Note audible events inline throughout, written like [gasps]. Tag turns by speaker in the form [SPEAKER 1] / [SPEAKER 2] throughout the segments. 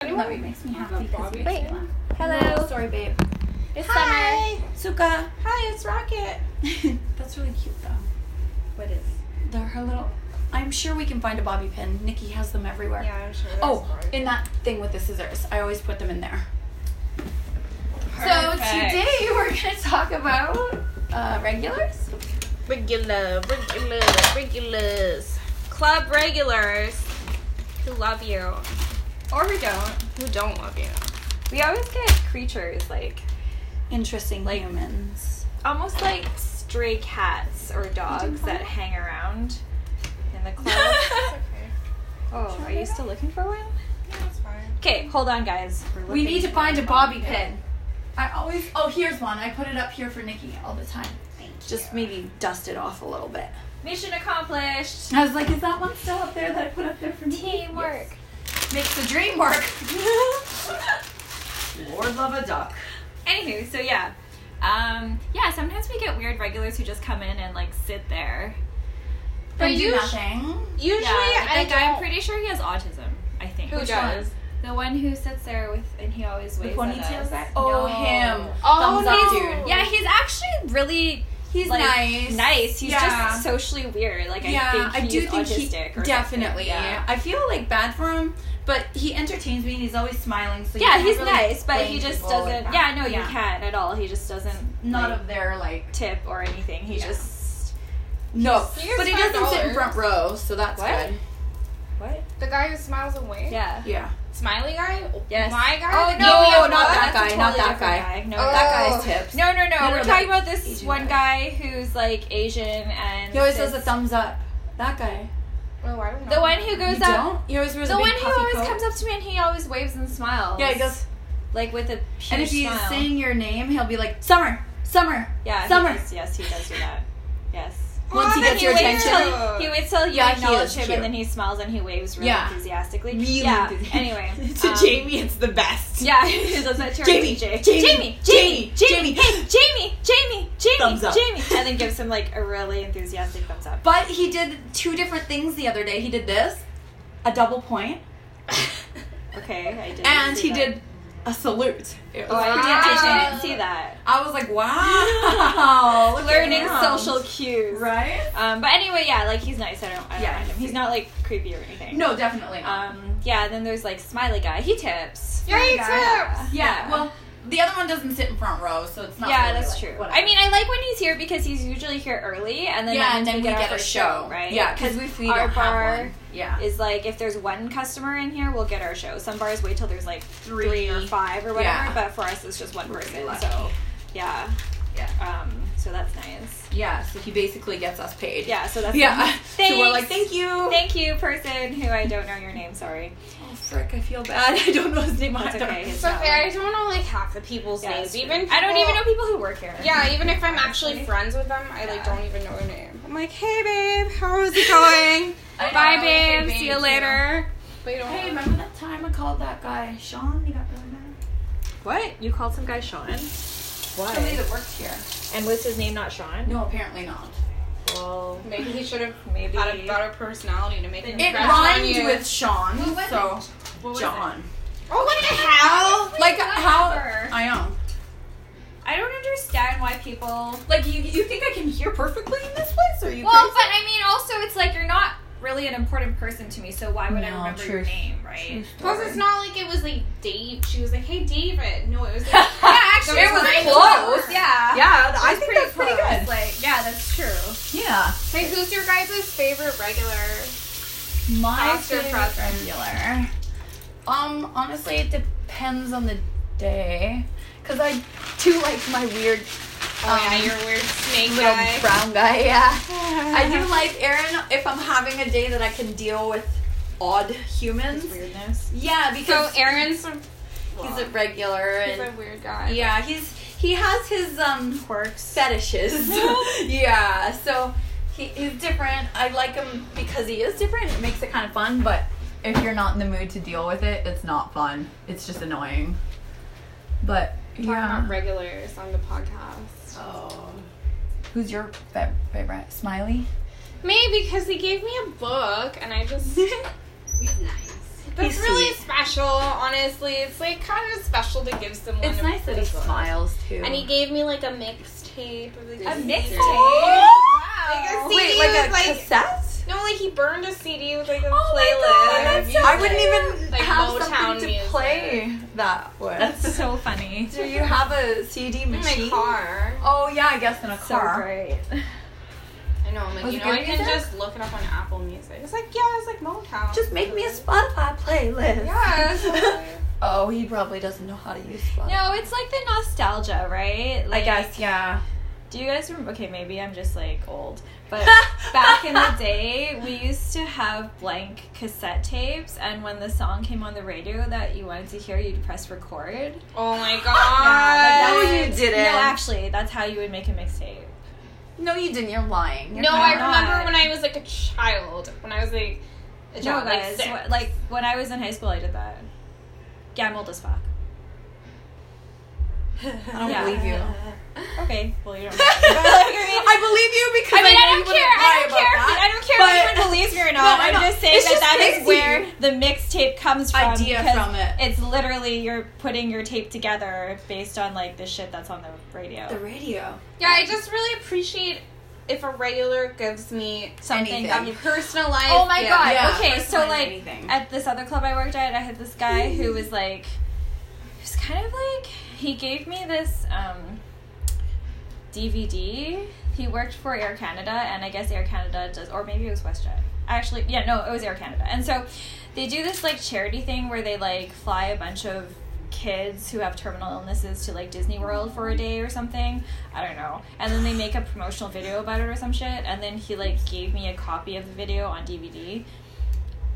[SPEAKER 1] Chloe makes me happy because it makes
[SPEAKER 2] Wait.
[SPEAKER 1] me laugh.
[SPEAKER 2] Hello.
[SPEAKER 1] No, sorry, babe. It's
[SPEAKER 2] Hi.
[SPEAKER 1] Summer. Suka. Hi, it's Rocket. [laughs] That's really cute, though.
[SPEAKER 2] What is?
[SPEAKER 1] They're her little. I'm sure we can find a bobby pin. Nikki has them everywhere.
[SPEAKER 2] Yeah, I'm sure.
[SPEAKER 1] Oh, in that thing with the scissors. I always put them in there. So
[SPEAKER 2] Perfect.
[SPEAKER 1] today we're gonna talk about uh, regulars.
[SPEAKER 2] regular, regular, regulars, club regulars who love you or who don't, who don't
[SPEAKER 3] [laughs]
[SPEAKER 2] love you. We always get creatures like
[SPEAKER 1] Interesting humans.
[SPEAKER 2] almost like stray cats or dogs that hang around in the
[SPEAKER 3] [laughs]
[SPEAKER 2] club. oh, are you still looking for one? Okay, hold on, guys. We're
[SPEAKER 1] We
[SPEAKER 2] looking.
[SPEAKER 1] need to find a bobby pin. I always. Oh, here's one. I put it up here for Nikki all the time. Thank you. Just maybe dust it off a little bit.
[SPEAKER 2] Mission accomplished.
[SPEAKER 1] I was like, is that one still up there that I put up there for Nikki?
[SPEAKER 2] Teamwork.
[SPEAKER 1] Yes. Makes the dream work. [laughs] Lord love a duck.
[SPEAKER 2] Anywho, so yeah. Um, yeah, sometimes we get weird regulars who just come in and like sit there.
[SPEAKER 1] But
[SPEAKER 3] But
[SPEAKER 1] do
[SPEAKER 3] usu-
[SPEAKER 1] nothing.
[SPEAKER 3] Usually,
[SPEAKER 2] yeah, like
[SPEAKER 3] I
[SPEAKER 2] that guy, I'm
[SPEAKER 3] don't-
[SPEAKER 2] pretty sure he has autism. I think.
[SPEAKER 3] Who
[SPEAKER 2] Which
[SPEAKER 3] does?
[SPEAKER 2] one? The one who sits there with, and he always
[SPEAKER 1] The
[SPEAKER 2] waves at
[SPEAKER 1] ponytail
[SPEAKER 2] us.
[SPEAKER 1] guy. Oh,
[SPEAKER 2] No.
[SPEAKER 1] him.
[SPEAKER 3] Oh,
[SPEAKER 1] Thumbs up,
[SPEAKER 3] no.
[SPEAKER 1] dude.
[SPEAKER 2] Yeah, he's actually really
[SPEAKER 1] He's
[SPEAKER 2] like,
[SPEAKER 1] nice.
[SPEAKER 2] Nice. He's
[SPEAKER 1] Yeah.
[SPEAKER 2] just socially weird. Like
[SPEAKER 1] yeah,
[SPEAKER 2] I think
[SPEAKER 1] do
[SPEAKER 2] he's
[SPEAKER 1] think
[SPEAKER 2] autistic.
[SPEAKER 1] he
[SPEAKER 2] or something.
[SPEAKER 1] definitely.
[SPEAKER 2] Yeah.
[SPEAKER 1] I feel like bad for him, but he entertains me and he's always smiling. So you
[SPEAKER 2] Yeah,
[SPEAKER 1] can't
[SPEAKER 2] he's
[SPEAKER 1] really
[SPEAKER 2] nice, but
[SPEAKER 1] blame
[SPEAKER 2] he just
[SPEAKER 1] people like
[SPEAKER 2] doesn't.
[SPEAKER 1] that.
[SPEAKER 2] yeah, no, you can't at all. He just doesn't.
[SPEAKER 1] None
[SPEAKER 2] like,
[SPEAKER 1] of their like
[SPEAKER 2] tip or anything. He
[SPEAKER 1] Yeah.
[SPEAKER 2] just.
[SPEAKER 1] no,
[SPEAKER 3] Here's
[SPEAKER 1] but he doesn't sit in
[SPEAKER 3] $5.
[SPEAKER 1] front row, so that's
[SPEAKER 2] What?
[SPEAKER 1] good.
[SPEAKER 2] What?
[SPEAKER 3] The guy who smiles and waves.
[SPEAKER 2] Yeah.
[SPEAKER 1] Yeah,
[SPEAKER 3] Smiley guy.
[SPEAKER 2] Yes.
[SPEAKER 3] My guy.
[SPEAKER 2] Oh
[SPEAKER 3] The
[SPEAKER 2] no,
[SPEAKER 3] guy we have
[SPEAKER 2] not that
[SPEAKER 3] left?
[SPEAKER 2] guy, not that guy. No,
[SPEAKER 3] Oh.
[SPEAKER 1] that guy's tips.
[SPEAKER 2] no, no, no.
[SPEAKER 1] No,
[SPEAKER 2] We're
[SPEAKER 1] no,
[SPEAKER 2] talking
[SPEAKER 1] that
[SPEAKER 2] about this
[SPEAKER 1] Asian
[SPEAKER 2] one guy who's like Asian and
[SPEAKER 1] he always
[SPEAKER 2] sits-
[SPEAKER 1] does a thumbs up. That guy.
[SPEAKER 3] Oh, I don't know.
[SPEAKER 2] the one who goes
[SPEAKER 1] you
[SPEAKER 2] up.
[SPEAKER 1] Don't? He always wears
[SPEAKER 2] The
[SPEAKER 1] a
[SPEAKER 2] one
[SPEAKER 1] big
[SPEAKER 2] who
[SPEAKER 1] puffy
[SPEAKER 2] always
[SPEAKER 1] coat.
[SPEAKER 2] comes up to me and he always waves and smiles.
[SPEAKER 1] Yeah, he goes.
[SPEAKER 2] like with a huge
[SPEAKER 1] And if he's
[SPEAKER 2] smile.
[SPEAKER 1] saying your name, he'll be like Summer, Summer.
[SPEAKER 2] yeah, he
[SPEAKER 1] Summer.
[SPEAKER 2] does- yes, he does do that. Yes.
[SPEAKER 1] Once he
[SPEAKER 3] then
[SPEAKER 1] gets your
[SPEAKER 2] waits
[SPEAKER 1] attention.
[SPEAKER 2] till- he waits till you
[SPEAKER 1] Yeah, he
[SPEAKER 2] acknowledge
[SPEAKER 1] is
[SPEAKER 2] him,
[SPEAKER 1] cute.
[SPEAKER 2] and then he smiles and he waves really
[SPEAKER 1] Yeah.
[SPEAKER 2] enthusiastically.
[SPEAKER 1] Really [laughs]
[SPEAKER 2] yeah.
[SPEAKER 1] enthusiastic.
[SPEAKER 2] [laughs] Anyway,
[SPEAKER 3] To
[SPEAKER 2] um,
[SPEAKER 3] Jamie, it's the
[SPEAKER 1] [laughs]
[SPEAKER 3] best.
[SPEAKER 2] Yeah, [laughs] he does that to her
[SPEAKER 1] Jamie,
[SPEAKER 2] DJ.
[SPEAKER 1] Jamie,
[SPEAKER 2] Jamie, Jamie,
[SPEAKER 1] Jamie,
[SPEAKER 2] Jamie, hey, Jamie, Jamie, Jamie,
[SPEAKER 1] Thumbs up.
[SPEAKER 2] Jamie, and then gives him like a really enthusiastic thumbs up.
[SPEAKER 1] But he did two different things the other day. He did this, a double point,
[SPEAKER 2] Okay, I
[SPEAKER 1] [laughs]
[SPEAKER 2] did.
[SPEAKER 1] and he did a salute. It was
[SPEAKER 2] Oh, I did.
[SPEAKER 1] pretty
[SPEAKER 2] I
[SPEAKER 1] efficient.
[SPEAKER 2] didn't Oh, see that.
[SPEAKER 1] I was like, [laughs] wow, look at
[SPEAKER 2] Learning
[SPEAKER 1] him.
[SPEAKER 2] social cues.
[SPEAKER 1] right?
[SPEAKER 2] Um, but anyway, yeah, like he's nice. I don't, I don't
[SPEAKER 1] Yeah.
[SPEAKER 2] mind him. He's not like creepy or anything.
[SPEAKER 1] No, definitely not.
[SPEAKER 2] Um, yeah. Then there's like Smiley guy. He tips.
[SPEAKER 3] Yeah, he
[SPEAKER 1] Yeah.
[SPEAKER 3] tips.
[SPEAKER 1] yeah, well, the other one doesn't sit in front row, so it's not.
[SPEAKER 2] yeah,
[SPEAKER 1] really,
[SPEAKER 2] that's
[SPEAKER 1] like,
[SPEAKER 2] true.
[SPEAKER 1] whatever.
[SPEAKER 2] I mean, I like when he's here because he's usually here early, and then that
[SPEAKER 1] yeah, and
[SPEAKER 2] means
[SPEAKER 1] then we
[SPEAKER 2] our
[SPEAKER 1] get a
[SPEAKER 2] first
[SPEAKER 1] show,
[SPEAKER 2] right?
[SPEAKER 1] Yeah, because if we
[SPEAKER 2] our
[SPEAKER 1] don't have
[SPEAKER 2] bar
[SPEAKER 1] one, yeah,
[SPEAKER 2] is like if there's one customer in here, we'll get our show. Some bars wait till there's like three, or five or whatever,
[SPEAKER 1] Yeah.
[SPEAKER 2] but for us it's just one
[SPEAKER 1] We're
[SPEAKER 2] person.
[SPEAKER 1] lucky.
[SPEAKER 2] So yeah.
[SPEAKER 1] Yeah.
[SPEAKER 2] Um, so that's nice.
[SPEAKER 1] yeah. So he basically gets us paid.
[SPEAKER 2] Yeah, so
[SPEAKER 1] [laughs]
[SPEAKER 2] that's
[SPEAKER 1] yeah. So we're
[SPEAKER 2] Thanks.
[SPEAKER 1] like, thank you.
[SPEAKER 2] Thank you, person who I don't know your name, sorry.
[SPEAKER 1] Oh frick, I feel bad. [laughs] I don't know his name.
[SPEAKER 2] That's
[SPEAKER 1] either.
[SPEAKER 2] okay. It's
[SPEAKER 3] It's
[SPEAKER 2] not
[SPEAKER 3] okay.
[SPEAKER 2] like-
[SPEAKER 3] I don't know like half the people's
[SPEAKER 2] Yeah,
[SPEAKER 3] names.
[SPEAKER 2] it's true.
[SPEAKER 3] Even
[SPEAKER 2] I don't even
[SPEAKER 3] people-
[SPEAKER 2] know people who work here.
[SPEAKER 3] Yeah, even if I'm actually friends with them, I like
[SPEAKER 2] Yeah.
[SPEAKER 3] don't even know their name. I'm like, hey babe, how is it going? [laughs]
[SPEAKER 1] I know,
[SPEAKER 3] Bye
[SPEAKER 1] like,
[SPEAKER 3] babe,
[SPEAKER 1] hey,
[SPEAKER 3] see you
[SPEAKER 1] babe,
[SPEAKER 3] later. They don't.
[SPEAKER 1] Hey, remember that time I called that guy Sean? He got really mad.
[SPEAKER 2] What? You called some guy Sean?
[SPEAKER 1] Somebody that works here.
[SPEAKER 2] And was his name not Sean?
[SPEAKER 1] No, apparently not.
[SPEAKER 2] Well,
[SPEAKER 3] Maybe he should have
[SPEAKER 2] maybe.
[SPEAKER 3] had a better personality to make an
[SPEAKER 1] It
[SPEAKER 3] impression on
[SPEAKER 1] rhymed
[SPEAKER 3] you.
[SPEAKER 1] with Sean,
[SPEAKER 3] Well, what-
[SPEAKER 1] so
[SPEAKER 2] What was
[SPEAKER 1] John.
[SPEAKER 3] Oh, what the hell?
[SPEAKER 1] Like
[SPEAKER 2] whatever.
[SPEAKER 1] how I am.
[SPEAKER 2] it? I don't understand why people
[SPEAKER 1] Like you, you think I can hear perfectly in this place? Or you?
[SPEAKER 2] Well,
[SPEAKER 1] crazy?
[SPEAKER 2] but I mean, also, it's like you're not really an important person to me, so why would I
[SPEAKER 1] No,
[SPEAKER 2] remember your
[SPEAKER 1] true.
[SPEAKER 2] name, right?
[SPEAKER 3] Plus, it's not like it was like Dave. She was like, "Hey, David." No, it was
[SPEAKER 2] yeah,
[SPEAKER 1] [laughs]
[SPEAKER 3] like,
[SPEAKER 2] actually,
[SPEAKER 3] It was
[SPEAKER 2] like,
[SPEAKER 3] close.
[SPEAKER 2] Yeah,
[SPEAKER 1] yeah,
[SPEAKER 2] It
[SPEAKER 1] I
[SPEAKER 2] was
[SPEAKER 1] think
[SPEAKER 2] pretty
[SPEAKER 1] that's pretty
[SPEAKER 2] close,
[SPEAKER 1] good.
[SPEAKER 2] Like, yeah,
[SPEAKER 1] [laughs]
[SPEAKER 2] that's true.
[SPEAKER 1] yeah,
[SPEAKER 3] "Hey, who's your guys' favorite regular?"
[SPEAKER 1] my
[SPEAKER 3] Past or
[SPEAKER 1] favorite
[SPEAKER 3] present?
[SPEAKER 1] regular. Um, honestly, it depends on the day, cause I do like my weird
[SPEAKER 3] Oh yeah, your weird snake
[SPEAKER 1] um, little
[SPEAKER 3] guy.
[SPEAKER 1] brown guy. Yeah.
[SPEAKER 3] [laughs]
[SPEAKER 1] I do like Aaron if I'm having a day that I can deal with odd humans.
[SPEAKER 2] Weirdness.
[SPEAKER 1] Yeah, [laughs]
[SPEAKER 3] So
[SPEAKER 1] because
[SPEAKER 3] Aaron's a,
[SPEAKER 1] he's a regular
[SPEAKER 3] he's a
[SPEAKER 1] and
[SPEAKER 3] weird guy.
[SPEAKER 1] yeah, he's he has his um quirks [laughs] fetishes. yeah, so he, he's different. I like him because he is different. It makes it kind of fun, but if you're not in the mood to deal with it, it's not fun. It's just annoying. But
[SPEAKER 3] Talking about
[SPEAKER 1] yeah.
[SPEAKER 3] regulars on the podcast.
[SPEAKER 1] Oh. Who's your fa- favorite? Smiley?
[SPEAKER 3] Me because he gave me a book and I
[SPEAKER 1] [laughs]
[SPEAKER 3] just.
[SPEAKER 1] He's
[SPEAKER 3] nice. That's
[SPEAKER 1] He's
[SPEAKER 3] really
[SPEAKER 1] sweet.
[SPEAKER 3] special, honestly. It's like kind of special to give someone.
[SPEAKER 1] It's
[SPEAKER 3] a
[SPEAKER 1] nice that he
[SPEAKER 3] present.
[SPEAKER 1] smiles too.
[SPEAKER 4] And he gave me like a mixtape. of, like,
[SPEAKER 3] A
[SPEAKER 4] these
[SPEAKER 3] mixtape.
[SPEAKER 4] CDs.
[SPEAKER 3] Like a CD
[SPEAKER 1] Wait, like a
[SPEAKER 3] with like
[SPEAKER 1] cassette?
[SPEAKER 3] no, like he burned a CD with like a
[SPEAKER 1] Oh my
[SPEAKER 3] playlist.
[SPEAKER 1] god,
[SPEAKER 3] of
[SPEAKER 1] that's so I wouldn't
[SPEAKER 3] music.
[SPEAKER 1] even
[SPEAKER 3] Like
[SPEAKER 1] have
[SPEAKER 3] Motown
[SPEAKER 1] something to
[SPEAKER 3] music.
[SPEAKER 1] play that with.
[SPEAKER 2] That's so funny.
[SPEAKER 1] Do you have a CD machine?
[SPEAKER 3] in my car.
[SPEAKER 1] Oh yeah, I guess in a
[SPEAKER 2] So
[SPEAKER 1] car.
[SPEAKER 2] great.
[SPEAKER 3] I know, I'm like,
[SPEAKER 1] Was
[SPEAKER 3] you
[SPEAKER 1] it
[SPEAKER 3] know, I
[SPEAKER 1] good
[SPEAKER 3] can
[SPEAKER 1] music?
[SPEAKER 3] just look it up on Apple Music. It's like, yeah, it's like Motown.
[SPEAKER 1] Just make me a Spotify playlist. [laughs]
[SPEAKER 3] Yeah, it's like-
[SPEAKER 1] oh, he probably doesn't know how to use Spotify.
[SPEAKER 2] No, it's like the nostalgia, right?
[SPEAKER 1] I
[SPEAKER 2] Like,
[SPEAKER 1] guess yeah.
[SPEAKER 2] Do you guys remember? Okay, maybe I'm just like old, but back in the day, we used to have blank cassette tapes, and when the song came on the radio that you wanted to hear, you'd press record.
[SPEAKER 3] oh my
[SPEAKER 2] Yeah,
[SPEAKER 3] god.
[SPEAKER 2] like
[SPEAKER 1] No, you
[SPEAKER 2] that-
[SPEAKER 1] didn't.
[SPEAKER 2] No, actually, that's how you would make a mixtape.
[SPEAKER 1] No, you didn't. You're lying. You're
[SPEAKER 3] no,
[SPEAKER 1] not. [laughs]
[SPEAKER 3] I [laughs]
[SPEAKER 2] not.
[SPEAKER 3] remember when I was like a child. When I was like, a
[SPEAKER 2] No,
[SPEAKER 3] child, like,
[SPEAKER 2] guys,
[SPEAKER 3] six.
[SPEAKER 2] wh- like when I was in high school, I did that. Yeah, I'm old as fuck.
[SPEAKER 1] [laughs] I don't
[SPEAKER 2] yeah.
[SPEAKER 1] believe you.
[SPEAKER 2] Okay, well [laughs] you don't.
[SPEAKER 1] I believe you because
[SPEAKER 2] I mean, I
[SPEAKER 1] know you
[SPEAKER 2] don't
[SPEAKER 1] wouldn't
[SPEAKER 2] care.
[SPEAKER 1] lie
[SPEAKER 2] I don't
[SPEAKER 1] about
[SPEAKER 2] care.
[SPEAKER 1] that.
[SPEAKER 2] I don't care
[SPEAKER 1] But-
[SPEAKER 2] if anyone believes me [laughs] or
[SPEAKER 1] No,
[SPEAKER 2] not.
[SPEAKER 1] I
[SPEAKER 2] I'm
[SPEAKER 1] know.
[SPEAKER 2] just saying
[SPEAKER 1] It's just
[SPEAKER 2] that that
[SPEAKER 1] crazy.
[SPEAKER 2] is where the mixtape comes from.
[SPEAKER 1] Idea
[SPEAKER 2] because
[SPEAKER 1] from it.
[SPEAKER 2] It's literally you're putting your tape together based on like the shit that's on the radio.
[SPEAKER 1] The radio.
[SPEAKER 3] Yeah, I just really appreciate if a regular gives me
[SPEAKER 2] Something.
[SPEAKER 1] anything.
[SPEAKER 3] a [laughs] personalized.
[SPEAKER 2] Oh my
[SPEAKER 3] gift.
[SPEAKER 2] god.
[SPEAKER 1] Yeah.
[SPEAKER 2] Okay,
[SPEAKER 1] First
[SPEAKER 2] so
[SPEAKER 1] line,
[SPEAKER 2] like
[SPEAKER 1] anything.
[SPEAKER 2] at this other club I worked at, I had this guy who was like, he was kind of like he gave me this um, DVD. He worked for Air Canada, and I guess Air Canada does, or maybe it was WestJet. Actually, yeah, no, it was Air Canada, and so they do this like charity thing where they like fly a bunch of kids who have terminal illnesses to like Disney World for a day or something. I don't know. And then they make a promotional video about it or some shit. And then he like gave me a copy of the video on DVD.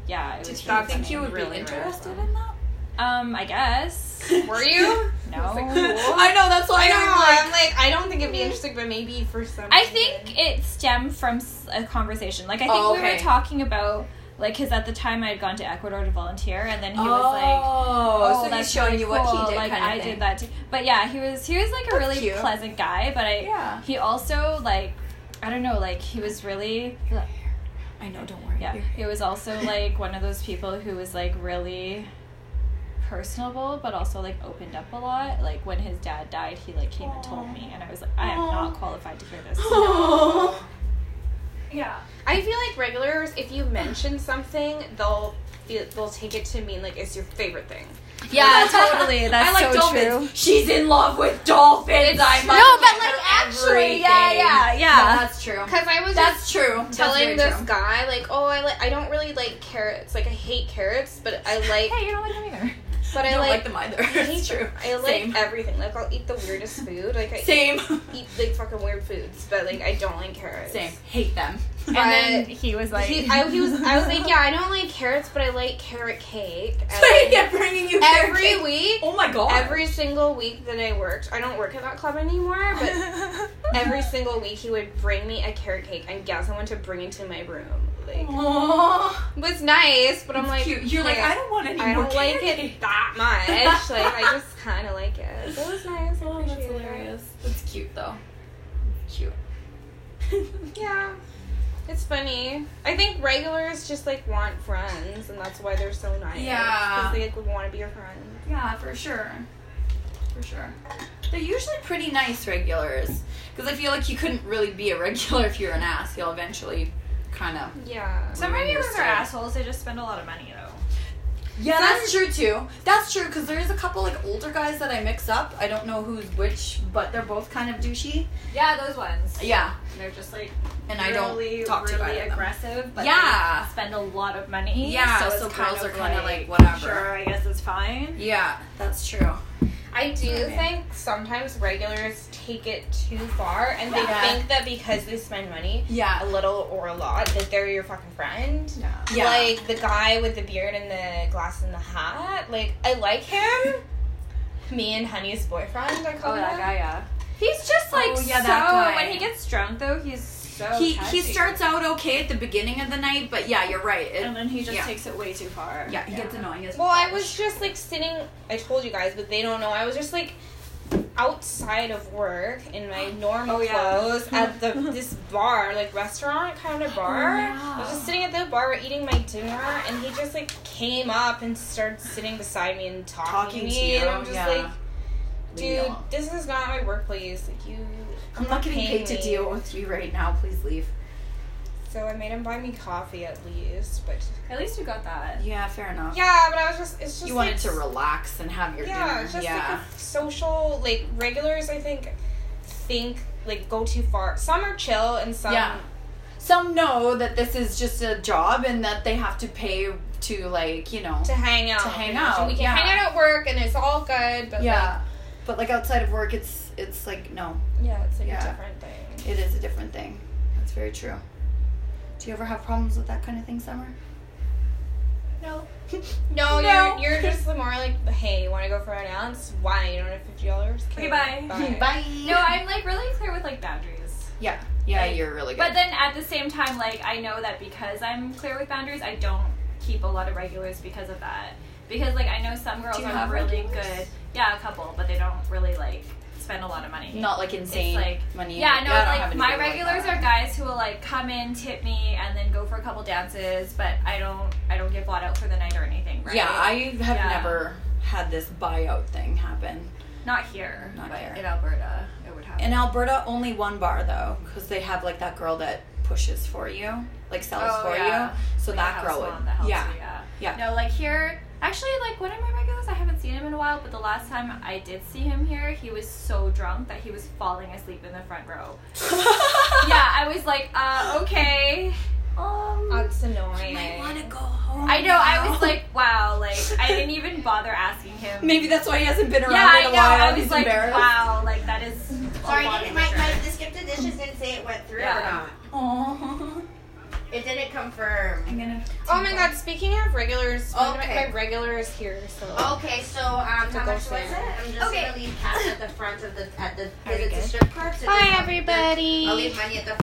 [SPEAKER 2] Yeah, it was
[SPEAKER 1] Did you
[SPEAKER 2] really
[SPEAKER 1] think
[SPEAKER 2] funny.
[SPEAKER 1] you would be
[SPEAKER 3] Really
[SPEAKER 1] interested
[SPEAKER 3] random.
[SPEAKER 1] in that?
[SPEAKER 2] Um, I guess.
[SPEAKER 3] Were you?
[SPEAKER 1] [laughs]
[SPEAKER 2] No.
[SPEAKER 1] I know. That's why I
[SPEAKER 3] I know.
[SPEAKER 1] am like.
[SPEAKER 3] I'm like, Mm-hmm. I don't think it'd be interesting, but maybe for some.
[SPEAKER 2] I
[SPEAKER 3] reason.
[SPEAKER 2] think it stemmed from s- a conversation. Like I think
[SPEAKER 1] Oh,
[SPEAKER 2] we
[SPEAKER 1] okay.
[SPEAKER 2] were talking about like because at the time I had gone to Ecuador to volunteer, and then he
[SPEAKER 1] oh,
[SPEAKER 2] was like.
[SPEAKER 1] oh, so he's
[SPEAKER 2] that's
[SPEAKER 1] showing
[SPEAKER 2] really
[SPEAKER 1] you what
[SPEAKER 2] cool.
[SPEAKER 1] he did.
[SPEAKER 2] Like
[SPEAKER 1] kind of
[SPEAKER 2] I
[SPEAKER 1] thing.
[SPEAKER 2] did that too. But yeah, he was he was like a
[SPEAKER 1] That's
[SPEAKER 2] really
[SPEAKER 1] cute.
[SPEAKER 2] pleasant guy. But I
[SPEAKER 1] Yeah.
[SPEAKER 2] he also like I don't know like he was really
[SPEAKER 1] I know. Don't worry.
[SPEAKER 2] yeah he was also
[SPEAKER 1] [laughs]
[SPEAKER 2] like one of those people who was like really personable but also like opened up a lot like when his dad died he like came and told me and i was like i am not qualified
[SPEAKER 1] [laughs]
[SPEAKER 2] to hear this [laughs]
[SPEAKER 1] Oh.
[SPEAKER 2] yeah
[SPEAKER 3] I feel like regulars, if you mention [sighs] something, they'll feel, they'll take it to mean like it's your favorite thing.
[SPEAKER 1] [laughs]
[SPEAKER 2] yeah totally that's
[SPEAKER 1] I like
[SPEAKER 2] so
[SPEAKER 1] dolphins.
[SPEAKER 2] true
[SPEAKER 1] She's in love with dolphins. I must
[SPEAKER 2] no but
[SPEAKER 1] get
[SPEAKER 2] like
[SPEAKER 1] her
[SPEAKER 2] actually yeah
[SPEAKER 1] everything.
[SPEAKER 2] yeah
[SPEAKER 1] No,
[SPEAKER 2] yeah
[SPEAKER 1] that's true.
[SPEAKER 3] Because I was just
[SPEAKER 1] That's true. That's
[SPEAKER 3] telling
[SPEAKER 1] very
[SPEAKER 3] this
[SPEAKER 1] true.
[SPEAKER 3] guy like, oh, I like I don't really like carrots. Like I hate carrots, but [laughs] I like
[SPEAKER 2] hey you don't like them either
[SPEAKER 3] but I
[SPEAKER 1] don't like,
[SPEAKER 3] like,
[SPEAKER 1] them either.
[SPEAKER 3] [laughs] I hate
[SPEAKER 1] It's true.
[SPEAKER 3] them. I like
[SPEAKER 1] Same.
[SPEAKER 3] everything. Like I'll eat the weirdest food. Like I
[SPEAKER 1] Same.
[SPEAKER 3] eat like fucking weird foods, but like I don't like carrots.
[SPEAKER 1] [laughs] Same. Hate them.
[SPEAKER 3] [laughs]
[SPEAKER 1] [laughs]
[SPEAKER 3] But-
[SPEAKER 2] and then he was like
[SPEAKER 3] He, I, he was, I was like, yeah, I don't like carrots, but I like carrot cake.
[SPEAKER 1] [laughs]
[SPEAKER 3] And
[SPEAKER 1] So he kept bringing you carrot
[SPEAKER 3] every
[SPEAKER 1] cake.
[SPEAKER 3] week,
[SPEAKER 1] Oh my god. [laughs]
[SPEAKER 3] every single week that I worked, I don't work at that club anymore,
[SPEAKER 1] [laughs]
[SPEAKER 3] but every single week he would bring me a carrot cake and get someone to bring it to my room. Like,
[SPEAKER 1] Aw,
[SPEAKER 3] it was nice, but I'm like,
[SPEAKER 1] cute. You're like, I don't want any
[SPEAKER 3] I
[SPEAKER 1] more
[SPEAKER 3] don't like
[SPEAKER 1] carrot
[SPEAKER 3] it
[SPEAKER 1] cake.
[SPEAKER 3] that much. Like,
[SPEAKER 1] [laughs]
[SPEAKER 3] I just kind of like it. So it was nice. I
[SPEAKER 1] Oh, that's
[SPEAKER 3] appreciate it.
[SPEAKER 1] hilarious. It's cute though. Cute.
[SPEAKER 3] Yeah. It's funny. I think regulars just like want friends, and that's why they're so nice.
[SPEAKER 1] Yeah.
[SPEAKER 3] 'Cause they like would want to be your friend.
[SPEAKER 1] Yeah, for sure. For sure. They're usually pretty nice regulars. Because I feel like you couldn't really be a regular [laughs] if you're an ass. You'll eventually kind of.
[SPEAKER 3] Yeah.
[SPEAKER 2] Some
[SPEAKER 1] Ruin your
[SPEAKER 2] regulars are
[SPEAKER 1] soul.
[SPEAKER 2] assholes. They just spend a lot of money though.
[SPEAKER 1] Yeah, that's true too. That's true because there's a couple like older guys that I mix up. I don't know who's which, but they're both kind of douchey.
[SPEAKER 2] Yeah, those ones.
[SPEAKER 1] Yeah,
[SPEAKER 2] They're just like
[SPEAKER 1] and I don't
[SPEAKER 2] really,
[SPEAKER 1] talk to guys.
[SPEAKER 2] really
[SPEAKER 1] about them.
[SPEAKER 2] aggressive, but
[SPEAKER 1] Yeah.
[SPEAKER 2] they spend a lot of money.
[SPEAKER 1] Yeah,
[SPEAKER 2] so,
[SPEAKER 1] so
[SPEAKER 2] it's
[SPEAKER 1] girls
[SPEAKER 2] kind of
[SPEAKER 1] are kinda
[SPEAKER 2] like,
[SPEAKER 1] like, whatever.
[SPEAKER 2] Sure, I guess it's fine.
[SPEAKER 1] Yeah, that's true.
[SPEAKER 3] I do
[SPEAKER 1] Okay.
[SPEAKER 3] think sometimes regulars take it too far, and they
[SPEAKER 1] Yeah.
[SPEAKER 3] think that because they spend money, a
[SPEAKER 1] Yeah,
[SPEAKER 3] little or a lot, that they're your fucking friend.
[SPEAKER 2] Yeah.
[SPEAKER 1] yeah.
[SPEAKER 3] Like the guy with the beard and the glass and the hat. Like I like him. Me and Honey's boyfriend. I call
[SPEAKER 2] Oh,
[SPEAKER 3] him.
[SPEAKER 2] that guy. Yeah. He's just like
[SPEAKER 1] Oh, yeah,
[SPEAKER 2] so.
[SPEAKER 1] that guy.
[SPEAKER 2] When he gets drunk though, he's so.
[SPEAKER 1] he
[SPEAKER 2] touchy.
[SPEAKER 1] he starts out okay at the beginning of the night, but yeah, you're right. It,
[SPEAKER 2] and then he just
[SPEAKER 1] yeah.
[SPEAKER 2] takes it way too far.
[SPEAKER 1] yeah, he gets annoying as
[SPEAKER 3] Well, I was just like sitting. I told you guys, but they don't know. I was just like, outside of work
[SPEAKER 1] [gasps]
[SPEAKER 3] in my normal
[SPEAKER 4] Oh, yeah.
[SPEAKER 3] clothes
[SPEAKER 1] [laughs]
[SPEAKER 3] at the this bar, like restaurant kind
[SPEAKER 1] Oh,
[SPEAKER 3] of bar. I was just sitting at the bar eating my dinner, and he just like came up and started sitting beside me and talking,
[SPEAKER 1] Talking to
[SPEAKER 3] me,
[SPEAKER 1] you,
[SPEAKER 3] and I'm just
[SPEAKER 1] yeah.
[SPEAKER 3] like,
[SPEAKER 1] Leave
[SPEAKER 3] dude,
[SPEAKER 1] it alone.
[SPEAKER 3] this is not my workplace. Like you,
[SPEAKER 1] I'm not getting
[SPEAKER 3] paying
[SPEAKER 1] paid to
[SPEAKER 3] me.
[SPEAKER 1] deal with you right now. Please leave.
[SPEAKER 3] So I made him buy me coffee at least, but
[SPEAKER 2] At least you got that.
[SPEAKER 1] Yeah, fair enough.
[SPEAKER 3] yeah, but I was just it's just
[SPEAKER 1] you wanted
[SPEAKER 3] like,
[SPEAKER 1] to relax and have your
[SPEAKER 3] yeah,
[SPEAKER 1] dinner.
[SPEAKER 3] it's just
[SPEAKER 1] yeah.
[SPEAKER 3] like a social like regulars. I think think like go too far. Some are chill and some
[SPEAKER 1] Yeah. Some know that this is just a job and that they have to pay to like you know.
[SPEAKER 3] to hang out.
[SPEAKER 1] To hang
[SPEAKER 3] And
[SPEAKER 1] out,
[SPEAKER 3] we can
[SPEAKER 1] yeah.
[SPEAKER 3] hang out at work and it's all good. But yeah,
[SPEAKER 1] yeah, but like outside of work, it's it's like no,
[SPEAKER 3] like, yeah, it's like
[SPEAKER 1] Yeah.
[SPEAKER 3] a different thing.
[SPEAKER 1] it is a different thing. That's very true. Do you ever have problems with that kind of thing, Summer? No.
[SPEAKER 3] No,
[SPEAKER 1] No.
[SPEAKER 3] You're, you're just the more like, hey, you want to go for an ounce? Why? You don't have fifty dollars?
[SPEAKER 2] Okay, bye.
[SPEAKER 1] [laughs] Bye.
[SPEAKER 2] No, I'm like really clear with like boundaries.
[SPEAKER 1] Yeah. Yeah, you're really good.
[SPEAKER 2] But then at the same time, like I know that because I'm clear with boundaries, I don't keep a lot of regulars because of that. Because like I know some girls
[SPEAKER 1] you
[SPEAKER 2] are
[SPEAKER 1] have
[SPEAKER 2] really
[SPEAKER 1] regulars?
[SPEAKER 2] good. Yeah, a couple, but they don't really like spend a lot of money.
[SPEAKER 1] not like insane
[SPEAKER 2] like-
[SPEAKER 1] money.
[SPEAKER 2] Yeah, no,
[SPEAKER 1] I don't have
[SPEAKER 2] like
[SPEAKER 1] any
[SPEAKER 2] my
[SPEAKER 1] people like
[SPEAKER 2] regulars
[SPEAKER 1] that.
[SPEAKER 2] are guys who will like come in, tip me, and then go for a couple dances, but I don't, I don't get bought out for the night or anything, right?
[SPEAKER 1] Yeah, I have
[SPEAKER 2] Yeah.
[SPEAKER 1] never had this buyout thing happen.
[SPEAKER 2] not here,
[SPEAKER 1] Not
[SPEAKER 2] but
[SPEAKER 1] here.
[SPEAKER 2] in Alberta, it would happen.
[SPEAKER 1] In Alberta, only one bar though, because they have like that girl that pushes for you, like sells
[SPEAKER 2] Oh,
[SPEAKER 1] for
[SPEAKER 2] yeah.
[SPEAKER 1] you. So
[SPEAKER 2] Like a
[SPEAKER 1] that
[SPEAKER 2] house
[SPEAKER 1] girl
[SPEAKER 2] mom
[SPEAKER 1] would,
[SPEAKER 2] that helps
[SPEAKER 1] yeah,
[SPEAKER 2] you,
[SPEAKER 1] [laughs]
[SPEAKER 2] yeah.
[SPEAKER 1] yeah.
[SPEAKER 2] No, like here, actually, like one of my regulars, I haven't seen him in a while, but the last time I did see him here, he was so drunk that he was falling asleep in the
[SPEAKER 1] [laughs]
[SPEAKER 2] front row. yeah, I was like, uh, okay. Um,
[SPEAKER 3] That's annoying.
[SPEAKER 1] to go home.
[SPEAKER 2] I know, I
[SPEAKER 1] now.
[SPEAKER 2] was like, wow, like, I didn't even bother asking him.
[SPEAKER 1] [laughs] maybe that's why he hasn't been around
[SPEAKER 2] yeah, I
[SPEAKER 1] in a
[SPEAKER 2] know,
[SPEAKER 1] while.
[SPEAKER 2] I was
[SPEAKER 1] He's
[SPEAKER 2] like,
[SPEAKER 1] embarrassed.
[SPEAKER 2] wow, like, that is. a
[SPEAKER 5] Sorry,
[SPEAKER 2] lot
[SPEAKER 5] did
[SPEAKER 2] of
[SPEAKER 5] my, my
[SPEAKER 2] pressure.
[SPEAKER 5] descriptive dishes didn't say it went through
[SPEAKER 2] Yeah.
[SPEAKER 5] or not.
[SPEAKER 1] Aw.
[SPEAKER 5] It didn't confirm.
[SPEAKER 1] I'm gonna.
[SPEAKER 3] Oh my god! Speaking of regulars, one of my,
[SPEAKER 5] Okay.
[SPEAKER 3] my regulars here. So
[SPEAKER 1] Oh,
[SPEAKER 5] Okay, so um,
[SPEAKER 3] To
[SPEAKER 5] how
[SPEAKER 3] go
[SPEAKER 5] much was
[SPEAKER 3] fair.
[SPEAKER 5] it? I'm just
[SPEAKER 2] Okay.
[SPEAKER 5] gonna leave cash at the front of the at the
[SPEAKER 1] Are we
[SPEAKER 5] because it's a
[SPEAKER 1] good?
[SPEAKER 5] strip club. So
[SPEAKER 3] Hi
[SPEAKER 5] just-
[SPEAKER 3] everybody.
[SPEAKER 5] I'll leave money at the